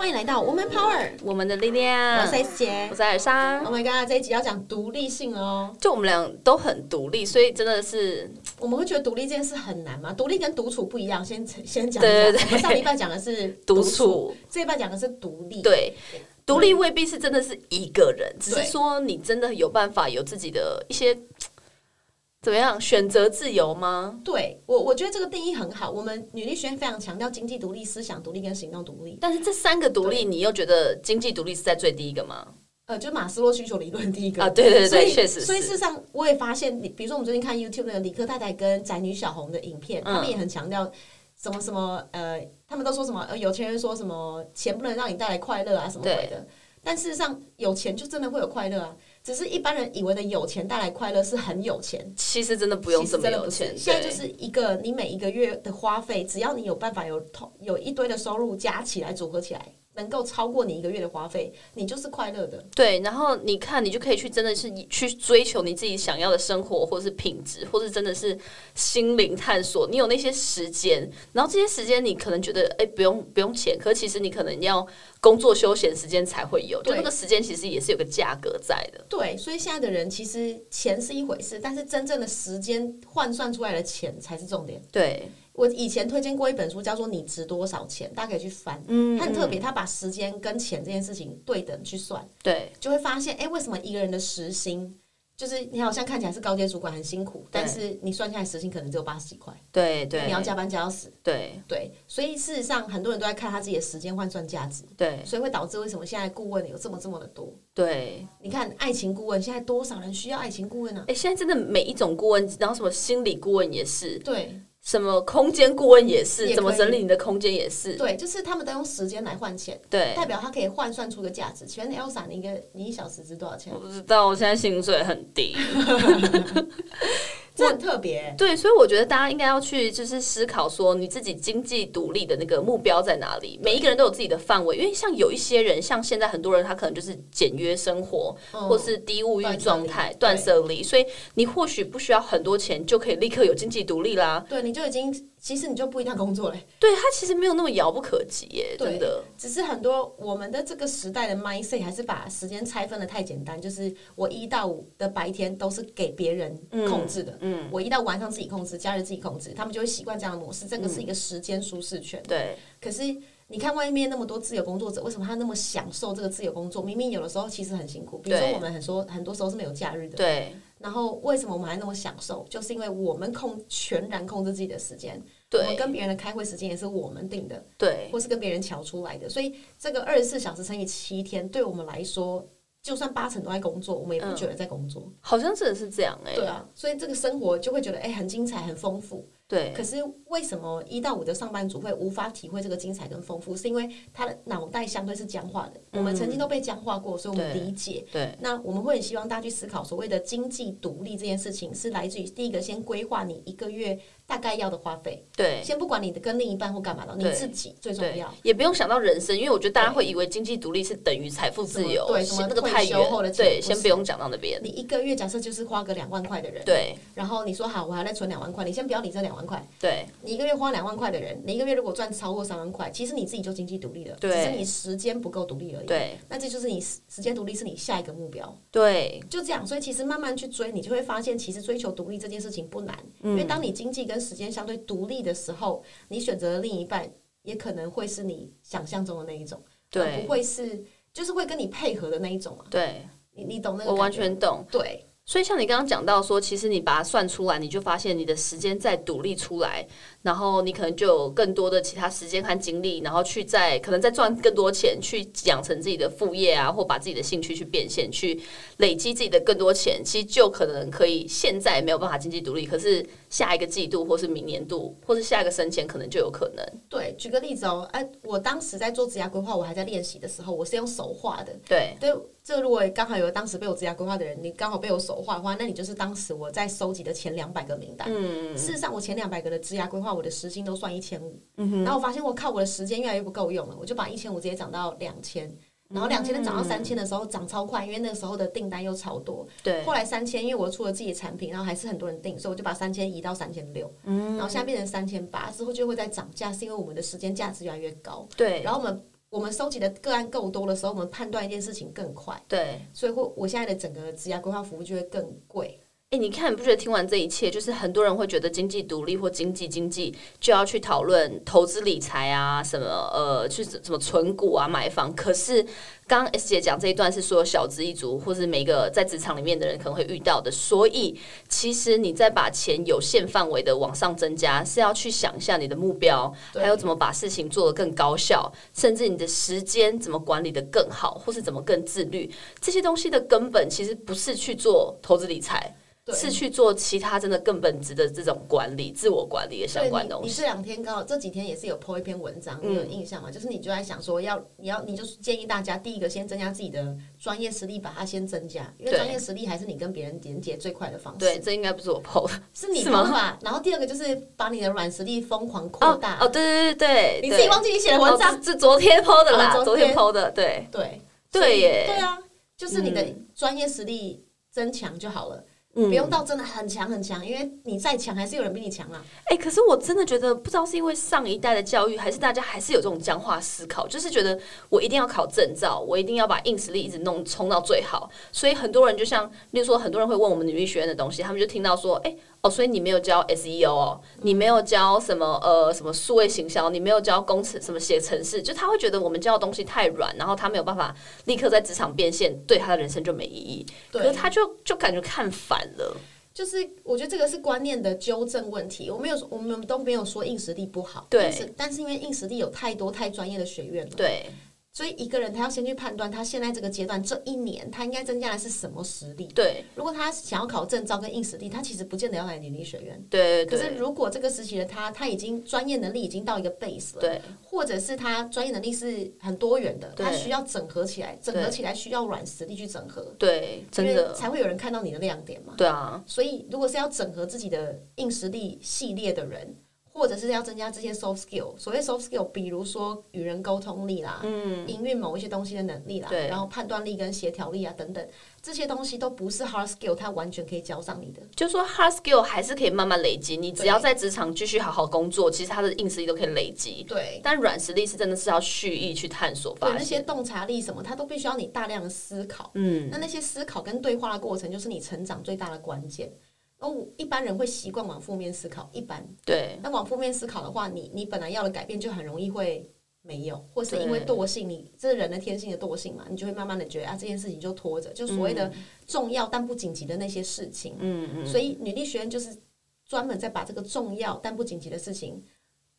欢迎来到 Woman Power，我们的力量。我是 S 姐我。是尔莎 Oh，my god，这一集要讲独立性了哦。就我们俩都很独立，所以真的是我们会觉得独立这件事很难吗？独立跟独处不一样，先先讲一下。对对对我们上礼拜讲的是独处，处。这一拜讲的是独立。对，独立未必是真的是一个人，嗯只对是说你真的有办法有自己的一些怎么样选择自由吗？对我我觉得这个定义很好。我们女力学院非常强调经济独立、思想独立跟行动独立。但是这三个独立，你又觉得经济独立是在最低一个吗？呃，就是马斯洛需求理论第一个啊，对对所对，以，确实所以事是。实上，我也发现，你比如说我们最近看 YouTube 那个理科太太跟宅女小红的影片，他嗯们也很强调什么什么呃，他们都说什么呃，有钱人说什么钱不能让你带来快乐啊什么鬼的。但事实上，有钱就真的会有快乐啊，只是一般人以为的有钱带来快乐是很有钱，其实真的不用其实这么真的有不是钱，现在对就是一个你每一个月的花费，只要你有办法有同有一堆的收入加起来组合起来，能够超过你一个月的花费，你就是快乐的。对，然后你看，你就可以去真的是去追求你自己想要的生活，或是品质，或是真的是心灵探索。你有那些时间，然后这些时间你可能觉得哎、不用不用钱，可其实你可能要工作休闲时间才会有，就对那个时间其实也是有个价格在的。对，所以现在的人其实钱是一回事，但是真正的时间换算出来的钱才是重点。对，我以前推荐过一本书，叫做《你值多少钱》，大家可以去翻。嗯它很特别，它把时间跟钱这件事情对等去算，对就会发现，哎，为什么一个人的时薪，就是你好像看起来是高阶主管很辛苦，但是你算下来时薪可能只有八十几块，对你对要加班加到死。对对，所以事实上很多人都在看他自己的时间换算价值，对所以会导致为什么现在顾问有这么这么的多。对，你看，爱情顾问现在多少人需要爱情顾问啊？哎、现在真的每一种顾问，然后什么心理顾问也是，对，什么空间顾问也也是，怎么可以整理你的空间也是，对，就是他们都用时间来换钱，对。代表他可以换算出个价值。请问 Elsa，你一个你一小时值多少钱？我不知道，我现在薪水很低。这很特别欸、对，所以我觉得大家应该要去就是思考说你自己经济独立的那个目标在哪里。每一个人都有自己的范围，因为像有一些人，像现在很多人他可能就是简约生活，嗯或是低物欲断舍状离态、对断舍离，所以你或许不需要很多钱就可以立刻有经济独立啦。对，你就已经其实你就不一定要工作嘞，对，它其实没有那么遥不可及耶，对真的。只是很多我们的这个时代的 mindset 还是把时间拆分的太简单，就是我一到五的白天都是给别人控制的，嗯，我一到晚上自己控制，假日自己控制，他们就会习惯这样的模式，这个是一个时间舒适圈。对可是你看外面那么多自由工作者，为什么他那么享受这个自由工作？明明有的时候其实很辛苦，比如说对嗯我们很说很多时候是没有假日的。对然后为什么我们还那么享受？就是因为我们控全然控制自己的时间，我们对跟别人的开会时间也是我们定的，对或是跟别人瞧出来的。所以这个二十四小时乘以七天，对我们来说，就算八成都在工作，我们嗯也不觉得在工作。好像真的是这样哎。对啊，所以这个生活就会觉得哎、很精彩、很丰富。对可是为什么一到五的上班族会无法体会这个精彩跟丰富？是因为他的脑袋相对是僵化的，我们曾经都被僵化过，所以我们对理解。嗯对那我们会很希望大家去思考，所谓的经济独立这件事情，是来自于第一个先规划你一个月大概要的花费，对先不管你的跟另一半或干嘛的，你对自己最重对要。，也不用想到人生，因为我觉得大家会以为经济独立是等于财富自由，什么对什么那个太退休后的远，钱对，不先是不用讲到那边。你一个月假设就是花个两万块的人，对然后你说好，我还要再存两万块，你先不要理这两万块。对你一个月花两万块的人，你一个月如果赚超过三万块，其实你自己就经济独立了，只对是你时间不够独立而已。对那这就是你时时间独立是你下一个目标，对就这样。所以其实慢慢去追，你就会发现，其实追求独立这件事情不难，嗯因为当你经济跟时间相对独立的时候，你选择的另一半也可能会是你想象中的那一种，而对不会是就是会跟你配合的那一种啊。对，你你懂那个我完感觉全懂。对所以像你刚刚讲到说，其实你把它算出来，你就发现你的时间再独立出来，然后你可能就有更多的其他时间和精力，然后去在可能再赚更多钱，去养成自己的副业啊，或把自己的兴趣去变现，去累积自己的更多钱，其实就可能可以现在没有办法经济独立，可是下一个季度或是明年度或是下一个升迁，可能就有可能。对。举个例子哦，哎、我当时在做职涯规划，我还在练习的时候，我是用手画的。对对，这如果刚好有当时被我职涯规划的人，你刚好被我手画的话，那你就是当时我在收集的前两百个名单。嗯，事实上，我前两百个的职涯规划，我的时薪都算一千五。嗯然后我发现我靠我的时间越来越不够用了，我就把一千五直接涨到两千。然后两千再涨到三千的时候，涨超快，因为那时候的订单又超多。对后来三千，因为我出了自己的产品，然后还是很多人订，所以我就把三千移到三千六。嗯。然后现在变成三千八，之后就会再涨价，是因为我们的时间价值越来越高。对然后我们我们收集的个案够多的时候，我们判断一件事情更快，对，所以会我现在的整个职涯规划服务就会更贵。哎、你看，你不觉得听完这一切，就是很多人会觉得经济独立或经济经济就要去讨论投资理财啊，什么呃，去什么存股啊、买房。可是，刚刚 S 姐讲这一段是说小资一族或是每个在职场里面的人可能会遇到的，所以其实你在把钱有限范围的往上增加，是要去想一下你的目标，对还有怎么把事情做得更高效，甚至你的时间怎么管理的更好，或是怎么更自律，这些东西的根本其实不是去做投资理财。对是去做其他真的更本质的这种管理、自我管理的相关对东你你西。嗯这两天刚好这几天也是有 po 一篇文章，你有印象吗？就是你就在想说要你要你就是建议大家第一个先增加自己的专业实力，把它先增加，因为对专业实力还是你跟别人连接最快的方式。对，，这应该不是我 PO 的是你是方吗法。然后第二个就是把你的软实力疯狂扩哦大。哦，对对对对，你自己忘记你写的文章哦这这昨天 PO 的啦，哦昨昨天天 PO 的，对对所对以耶，对啊，就是你的嗯专业实力增强就好了，嗯不用到真的很强很强，因为你再强还是有人比你强啊。哎、可是我真的觉得，不知道是因为上一代的教育，还是大家还是有这种僵化思考，就是觉得我一定要考证照，我一定要把硬实力一直弄冲到最好。所以很多人就像，例如说，很多人会问我们女力学院的东西，他们就听到说，哎、哦，所以你没有教 SEO 哦，你没有教什么呃什么数位行销，你没有教工程什么写程式，就他会觉得我们教的东西太软，然后他没有办法立刻在职场变现，对他的人生就没意义。可是对，他就就感觉看反了，就是我觉得这个是观念的纠正问题。我没有说，我们都没有说硬实力不好，对硬实，但是因为硬实力有太多太专业的学院了，对。所以一个人他要先去判断他现在这个阶段这一年他应该增加的是什么实力。对如果他想要考证照跟硬实力，他其实不见得要来女力学院。对对可对，是如果这个时期的他，他已经专业能力已经到一个 base 了，对，或者是他专业能力是很多元的，对他需要整合起来，整合对起来需要软实力去整合，对，真因为的，才会有人看到你的亮点嘛。对啊，所以，如果是要整合自己的硬实力系列的人，或者是要增加这些 soft skill，所谓 soft skill，比如说与人沟通力啦，嗯，营运某一些东西的能力啦，对然后判断力跟协调力啊等等，这些东西都不是 hard skill，它完全可以教上你的。就说 hard skill 还是可以慢慢累积，你只对要在职场继续好好工作，其实他的硬实力都可以累积，对，但软实力是真的是要蓄意去探索对发那些现。洞察力什么，它都必须要你大量的思考。嗯，那那些思考跟对话的过程，就是你成长最大的关键。而我一般人会习惯往负面思考，一般。对那往负面思考的话，你你本来要的改变就很容易会没有，或是对因为惰性，你这是人的天性的惰性嘛，你就会慢慢的觉得啊这件事情就拖着，就所谓嗯的重要但不紧急的那些事情。嗯嗯。所以女力学院就是专门在把这个重要但不紧急的事情。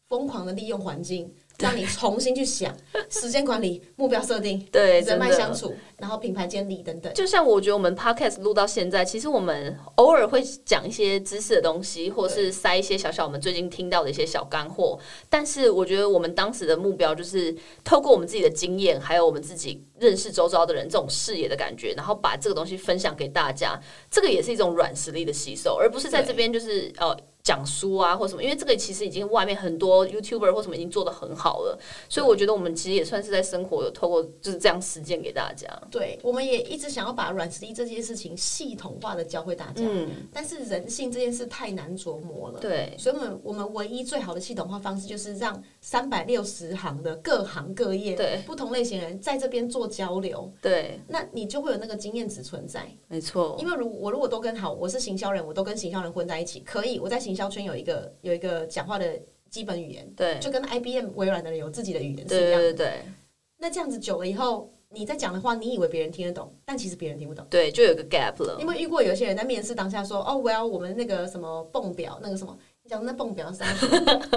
疯狂的利用环境，让你重新去想时间管理、目标设定、嗯对，人真脉相的。处，然后品牌建立等等。就像我觉得我们 podcast 录到现在，其实我们偶尔会讲一些知识的东西，或是塞一些小小我们最近听到的一些小干货。但是我觉得我们当时的目标就是透过我们自己的经验，还有我们自己认识周遭的人这种视野的感觉，然后把这个东西分享给大家。这个也是一种软实力的吸收，而不是在这边就是呃。讲书啊，或什么，因为这个其实已经外面很多 YouTuber 或什么已经做的很好了，所以我觉得我们其实也算是在生活有透过就是这样实践给大家。对，我们也一直想要把软实力这件事情系统化的教会大家，嗯，但是人性这件事太难琢磨了。对，所以，我们我们唯一最好的系统化方式，就是让三百六十行的各行各业、对不同类型人在这边做交流，对，哦那你就会有那个经验值存在。没错，因为如我如果都跟好，我是行销人，我都跟行销人混在一起，可以我在行销圈有一个有一个讲话的基本语言，对，就跟 IBM 微软的人有自己的语言是一对样的。对对那这样子久了以后，你在讲的话，你以为别人听得懂，但其实别人听不懂。对，就有个 gap 了你。有没有遇过有些人在面试当下说：“哦，我要我们那个什么泵表，那个什么，你讲的那泵表是啥？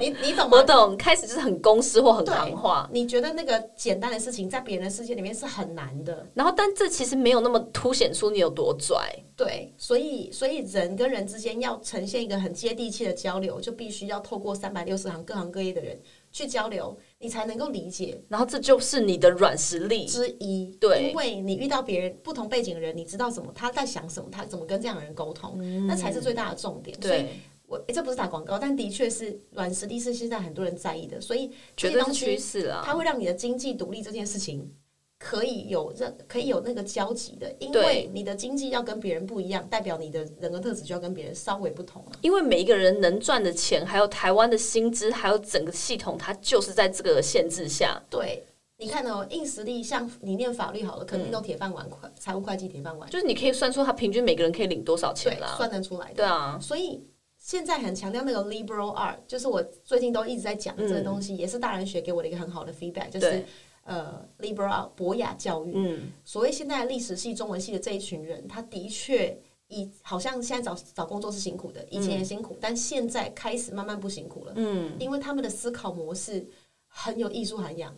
你你懂我吗？懂，开始就是很公式 或很对行话，你觉得那个简单的事情，在别人的世界里面是很难的，然后但这其实没有那么凸显出你有多拽。对，所以所以人跟人之间要呈现一个很接地气的交流，就必须要透过三百六十行各行各业的人去交流，你才能够理解然后这就是你的软实力，之一。对因为你遇到别人不同背景的人，你知道什么他在想什么，他怎么跟这样的人沟通，那才是最大的重点。所以嗯对，我、诶这不是打广告，但的确是软实力是现在很多人在意的，所以这绝些对是东趋西势啊啦。它会让你的经济独立这件事情可以有任可以有那个交集的，因对为你的经济要跟别人不一样，代表你的人格特质就要跟别人稍微不同了。因为每一个人能赚的钱，还有台湾的薪资，还有整个系统，它就是在这个限制下。对。你看哦，硬实力像你念法律好了，肯嗯定都铁饭碗，会财务会计铁饭碗，就是你可以算出他平均每个人可以领多少对钱啦，。算得出来的。对啊，所以现在很强调那个 liberal art，就是我最近都一直在讲这个东西，也是大人学给我的一个很好的 feedback，就是对呃 liberal art 博雅教育。嗯，所谓现在历史系、中文系的这一群人，他的确以好像现在找找工作是辛苦的，以前也辛苦，但现在开始慢慢不辛苦了。嗯，因为他们的思考模式很有艺术涵养。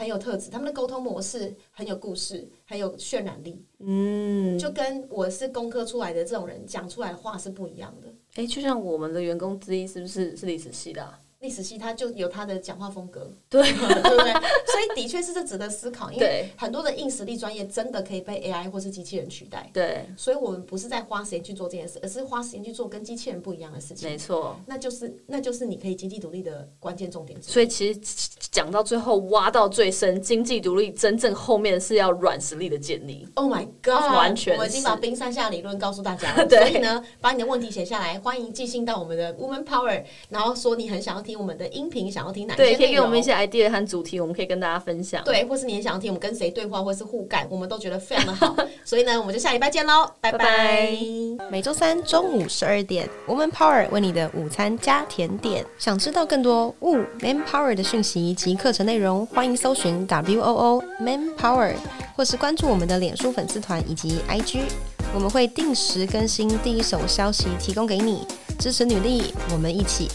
很有特质，他们的沟通模式很有故事，很有渲染力，嗯，就跟我是工科出来的这种人讲出来的话是不一样的。哎、就像我们的员工之一是不是是历史系的啊、历史系他就有他的讲话风格，对 对不对？所以的确是这值得思考，因为对很多的硬实力专业真的可以被 AI 或是机器人取代，对，所以我们不是在花时间去做这件事，而是花时间去做跟机器人不一样的事情。没错。那就是那就是你可以经济独立的关键重点之一。所以其实讲到最后，挖到最深，经济独立真正后面是要软实力的建立。 Oh my god！完全是我已经把冰山下理论告诉大家了。 对所以呢，把你的问题写下来，欢迎寄信到我们的 Woman Power，然后说你很想要听我们的音频，想要听哪些内对，容。可以给我们一些 idea 和主题，我们可以跟大家分享。对，或是你也想要听我们跟谁对话，或是互干，我们都觉得非常的好。所以呢，我们就下礼拜见喽，拜拜拜拜每周三中午十二点，Woman Power 为你的午餐加甜点。想知道更多 Wo Man Power 的讯息及课程内容，欢迎搜寻 W O O Man Power，或是关注我们的脸书粉丝团以及 IG，我们会定时更新第一手消息，提供给你支持女力，我们一起